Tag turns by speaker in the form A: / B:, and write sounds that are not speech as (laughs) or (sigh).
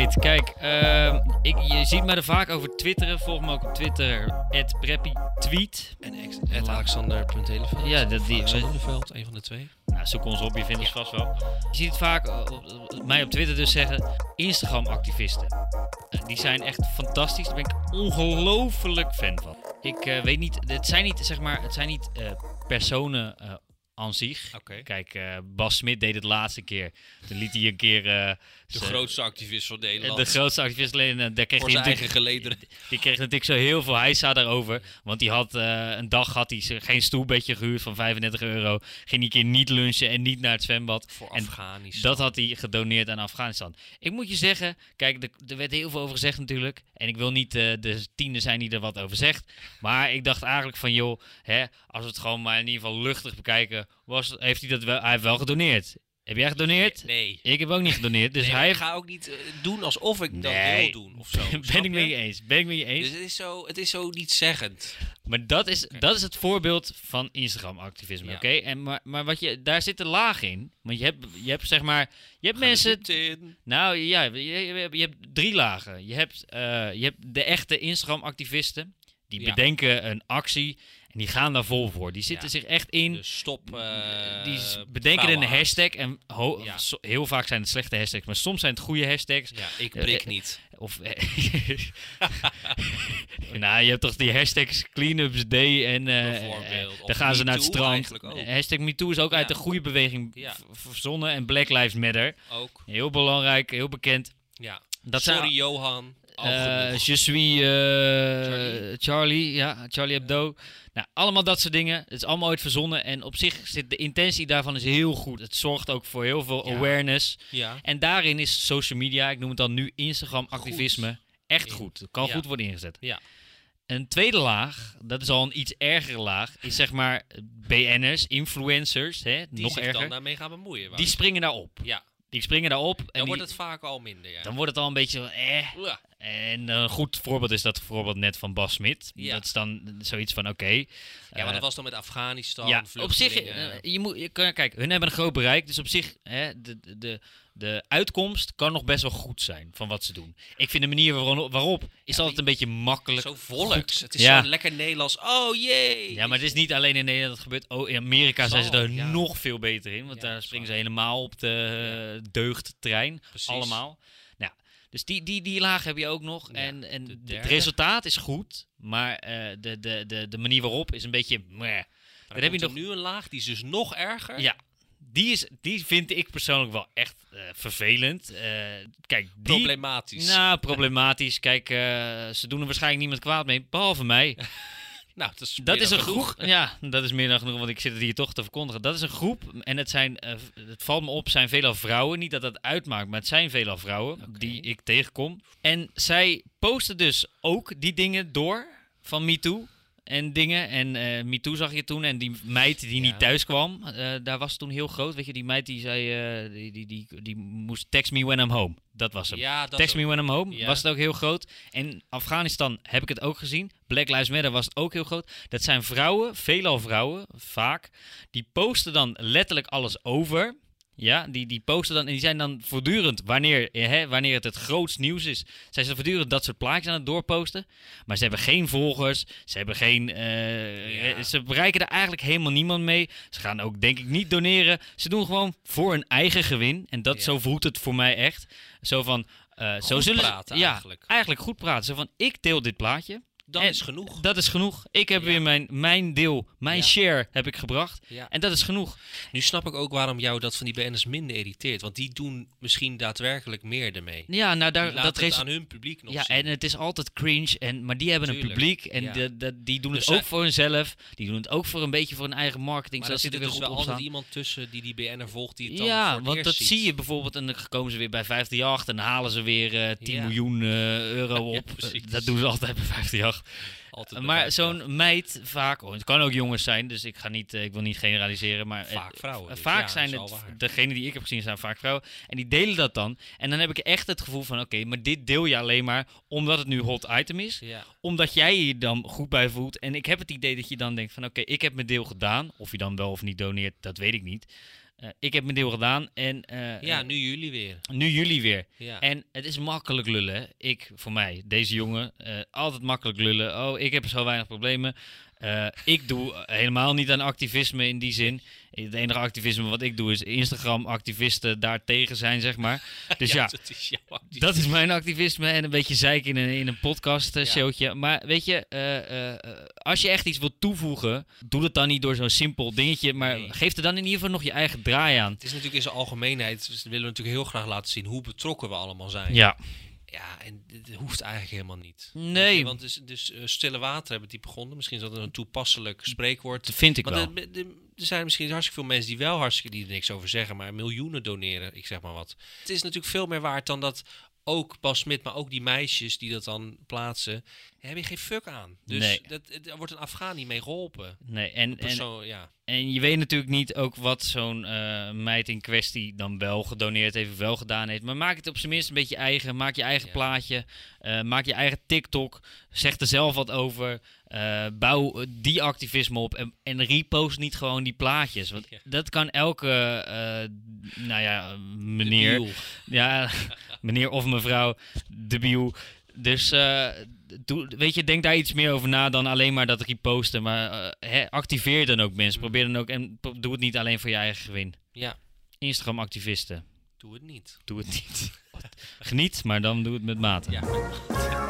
A: niet. Kijk, ehm, ik, je ziet me er vaak over twitteren. Volg me ook op Twitter. @preppytweet.
B: En ex- het Alexander.Heleveld.
A: Ja, dat die-
B: Alexander Heleveld, een van de twee.
A: Nou, zoek ons op, je vindt ons vast wel. Je ziet het vaak, eh, op- op- mij op Twitter dus zeggen, Instagram-activisten. Eh, die zijn echt fantastisch, daar ben ik ongelooflijk fan van. Ik eh, weet niet, het zijn niet, zeg maar, het zijn niet eh, personen eh, aan zich.
B: Oké.
A: Kijk, eh, Bas Smit deed het laatste keer. Toen liet hij een keer... eh,
B: De
A: ze-
B: grootste activist van
A: eh,
B: Nederland.
A: De grootste activist, alleen, eh, daar kreeg
B: voor
A: hij
B: zijn
A: natuurlijk-
B: eigen gelederen.
A: die kreeg natuurlijk zo heel veel heisa daarover. Want die had eh, een dag had hij ze- geen stoelbedje gehuurd van 35 euro. Ging die keer niet lunchen en niet naar het zwembad.
B: Voor
A: en
B: Afghanistan.
A: dat had hij gedoneerd aan Afghanistan. Ik moet je zeggen, kijk, er, er werd heel veel over gezegd natuurlijk. En ik wil niet eh, de tiende zijn die er wat over zegt. Maar ik dacht eigenlijk van, joh, hè, als we het gewoon maar in ieder geval luchtig bekijken, was, heeft hij dat wel, hij heeft wel gedoneerd. Heb jij gedoneerd?
B: Nee.
A: Ik heb ook niet gedoneerd. Dus
B: nee, maar
A: hij
B: ik ga ook niet eh, doen alsof ik dat
A: Nee.
B: wil doen of zo.
A: (laughs) ben
B: snap
A: ik met
B: je?
A: je eens. Ben ik met je eens.
B: Dus het is zo, het is zo niet zeggend.
A: Maar dat is, dat is het voorbeeld van Instagram-activisme,
B: Ja.
A: oké? En Maar, maar wat je, daar zit een laag in. Want je hebt, je hebt zeg maar... Je hebt mensen...
B: Mensen in.
A: Nou ja, je, je hebt- je hebt drie lagen. Je hebt, eh, je hebt de echte Instagram-activisten. Die
B: Ja.
A: bedenken een actie en die gaan daar vol voor. Die zitten
B: Ja.
A: zich echt in...
B: Dus stop. eh,
A: die s- bedenken een
B: vrouwenhaat.
A: hashtag en ho-
B: Ja.
A: so- heel vaak zijn het slechte hashtags, maar soms zijn het goede hashtags.
B: Ja, ik
A: Eh,
B: prik
A: eh,
B: niet.
A: Of, eh, (laughs) nou, je hebt toch die hashtags Cleanups Day en eh,
B: Bijvoorbeeld.
A: eh,
B: Of
A: dan gaan ze naar het
B: MeToo
A: strand.
B: eigenlijk ook.
A: Hashtag MeToo is ook uit
B: Ja.
A: de goede beweging
B: Ja.
A: v- verzonnen en Black Lives Matter.
B: Ook.
A: Heel belangrijk, heel bekend.
B: Ja.
A: Dat
B: Sorry,
A: zijn,
B: Johan. Al
A: eh,
B: genoeg.
A: je suis eh,
B: Charlie.
A: Charlie. ja, Charlie Hebdo. Nou, allemaal dat soort dingen. Het is allemaal ooit verzonnen en op zich zit de intentie daarvan is heel goed. Het zorgt ook voor heel veel
B: Ja.
A: awareness.
B: ja.
A: En daarin is social media, ik noem het dan nu Instagram-activisme, echt
B: In-
A: goed. Het kan
B: ja.
A: goed worden ingezet.
B: Ja.
A: Een tweede laag, dat is al een iets ergere laag, is zeg maar BN'ers, influencers, hè,
B: Die
A: nog
B: zich dan
A: erger.
B: daarmee gaan bemoeien.
A: Die
B: Die,
A: springen daarop.
B: ja.
A: Die springen daarop. En
B: Dan
A: die-
B: wordt het vaak al minder. Ja.
A: dan wordt het al een beetje van, eh.
B: Ja.
A: En een goed voorbeeld is dat voorbeeld net van Bas Smit.
B: Ja.
A: Dat is dan zoiets van, oké.
B: Ja, maar
A: eh,
B: dat was dan met Afghanistan.
A: ja, op zich,
B: vluchtelingen.
A: eh, je moet, je kan, kijk, hun hebben een groot bereik, dus op zich, hè, de, de- de, de uitkomst kan nog best wel goed zijn van wat ze doen. Ik vind de manier waarop, waarop is altijd een beetje makkelijk.
B: zo volks. Het is
A: Ja.
B: zo lekker Nederlands. Oh jee.
A: Ja, maar het is niet alleen in Nederland dat gebeurt. Oh, in Amerika zijn ze
B: Zal,
A: daar
B: ja.
A: nog veel beter in, want
B: Ja,
A: daar
B: dat is
A: springen ze
B: waar.
A: helemaal op de eh, deugdtrein.
B: Precies.
A: Allemaal. Nou, dus die, die, die laag heb je ook nog.
B: Ja,
A: en en
B: de
A: de- het
B: derde.
A: resultaat is goed, maar eh, de, de, de, de manier waarop is een beetje. meh.
B: Maar
A: Dan
B: dan
A: heb
B: komt
A: je
B: er
A: nog
B: nu een laag die is dus nog erger.
A: Ja, die, is, die vind ik persoonlijk wel echt eh, vervelend. Eh, kijk, die...
B: Problematisch. Nou,
A: Nou, problematisch. Kijk, eh, ze doen er waarschijnlijk niemand kwaad mee, behalve mij.
B: Nou, dat is,
A: Dat is een
B: genoeg.
A: groep. Ja, dat is meer dan genoeg, want ik zit het hier toch te verkondigen. Dat is een groep en het zijn, eh, v- het valt me op, zijn veelal vrouwen. Niet dat dat uitmaakt, maar het zijn veelal vrouwen die ik tegenkom. En zij posten dus ook die dingen door van MeToo en dingen. En eh MeToo zag je toen en die meid die
B: Ja.
A: niet thuis kwam, eh, daar was toen heel groot. Weet je, die meid die zei, eh, die, die, die, die moest text me when I'm home. Dat was hem.
B: Ja, dat
A: Text Me When I'm Home
B: Ja.
A: was het ook heel groot. En Afghanistan heb ik het ook gezien. Black Lives Matter was het ook heel groot. Dat zijn vrouwen, veelal vrouwen, vaak. Die posten dan letterlijk alles over. Ja, die, die posten dan en die zijn dan voortdurend, wanneer, hè, wanneer het het grootst nieuws is, zijn ze voortdurend dat soort plaatjes aan het doorposten. Maar ze hebben geen volgers, ze hebben geen, eh,
B: Ja.
A: ze bereiken er eigenlijk helemaal niemand mee. Ze gaan ook denk ik niet doneren. Ze doen gewoon voor hun eigen gewin en dat
B: Ja.
A: zo voelt het voor mij echt. Zo van, eh, zo
B: Goed
A: zullen ze-
B: praten
A: ja,
B: eigenlijk.
A: eigenlijk goed praten. Zo van, ik deel dit plaatje.
B: Dan
A: En-
B: is genoeg.
A: Dat is genoeg. Ik heb
B: Ja.
A: weer mijn, mijn deel, mijn
B: Ja.
A: share heb ik gebracht.
B: Ja.
A: En dat is genoeg.
B: Nu snap ik ook waarom jou dat van die BN'ers minder irriteert. Want die doen misschien daadwerkelijk meer ermee.
A: Ja, nou,
B: Die
A: daar,
B: laten
A: dat
B: het
A: resultaat...
B: aan hun publiek nog
A: Ja,
B: zien.
A: en het is altijd cringe. En, maar die hebben
B: Tuurlijk,
A: een publiek en
B: ja.
A: de- de- die doen het
B: Dus,
A: ook
B: eh,
A: voor hunzelf. Die doen het ook voor een beetje voor hun eigen marketing.
B: maar er
A: zodat
B: zit
A: ze
B: er
A: er weer
B: dus wel
A: goed op
B: altijd
A: staan.
B: iemand tussen die die BN'er volgt die het dan voor
A: Ja,
B: het
A: want
B: eerst
A: dat
B: ziet.
A: zie je bijvoorbeeld. En dan komen ze weer bij 538 en dan halen ze weer eh, 10
B: Ja.
A: miljoen eh, euro
B: (laughs) Ja,
A: op.
B: precies.
A: dat doen ze altijd bij 538.
B: Altijd
A: maar
B: bij-
A: zo'n meid vaak, oh, het kan ook jongens zijn, dus ik, ga niet, eh, ik wil niet generaliseren, maar eh,
B: Vaak vrouwen
A: eh,
B: dus.
A: vaak
B: Ja,
A: zijn
B: dat is
A: het,
B: wel waar.
A: degene die ik heb gezien zijn vaak vrouwen, en die delen dat dan. En dan heb ik echt het gevoel van, oké, maar dit deel je alleen maar omdat het nu hot item is,
B: Ja.
A: omdat jij je hier dan goed bij voelt. En ik heb het idee dat je dan denkt van, oké, ik heb mijn deel gedaan, of je dan wel of niet doneert, dat weet ik niet. eh, ik heb mijn deel gedaan en eh,
B: Ja,
A: eh,
B: nu jullie weer.
A: nu jullie weer.
B: Ja.
A: En het is makkelijk lullen. hè. Ik, voor mij, deze jongen, eh, altijd makkelijk lullen. Oh, ik heb zo weinig problemen. Eh, ik doe helemaal niet aan activisme in die zin. Het enige activisme wat ik doe is Instagram-activisten daartegen zijn, zeg maar.
B: (laughs)
A: Dus ja,
B: dat is jouw actie.
A: dat is mijn activisme en een beetje zeik in een, in een podcast eh, showtje. Maar weet je, eh, eh, eh, als je echt iets wilt toevoegen, doe dat dan niet door zo'n simpel dingetje. Maar
B: Nee.
A: geef er dan in ieder geval nog je eigen draai aan.
B: Het is natuurlijk in zijn algemeenheid, dus willen we natuurlijk heel graag laten zien hoe betrokken we allemaal zijn.
A: Ja,
B: Ja, en dat hoeft eigenlijk helemaal niet.
A: Nee.
B: Weet je, Want dus, dus eh, stille water hebben die begonnen. Misschien is dat een toepasselijk spreekwoord.
A: dat vind Mm. ik wel.
B: Want er, er- er zijn misschien hartstikke veel mensen die wel hartstikke die er niks over zeggen, maar miljoenen doneren, ik zeg maar wat. Het is natuurlijk veel meer waard dan dat ook Bas Smit, maar ook die meisjes die dat dan plaatsen, hebben geen fuck aan. Dus
A: Nee.
B: dat, het- er wordt een Afghaan niet mee geholpen.
A: Nee, en, en,
B: Persoon, ja.
A: En je weet natuurlijk niet ook wat zo'n eh, meid in kwestie dan wel gedoneerd heeft, of wel gedaan heeft. Maar maak het op zijn minst een beetje eigen. Maak je eigen
B: Ja.
A: plaatje. eh, maak je eigen TikTok. Zeg er zelf wat over. eh, bouw eh, die activisme op. En, en repost niet gewoon die plaatjes. Want
B: Ja.
A: dat kan elke, eh, nou ja,
B: De
A: meneer.
B: deal.
A: Ja, (laughs) meneer of mevrouw, de bio. Dus eh, doe, weet je, denk daar iets meer over na dan alleen maar dat reposten. Maar eh, hè, activeer dan ook mensen. Probeer dan ook en pro- doe het niet alleen voor je eigen gewin.
B: Ja,
A: Instagram-activisten,
B: doe het niet.
A: doe het niet. Geniet, maar dan doe het met mate.
B: Ja.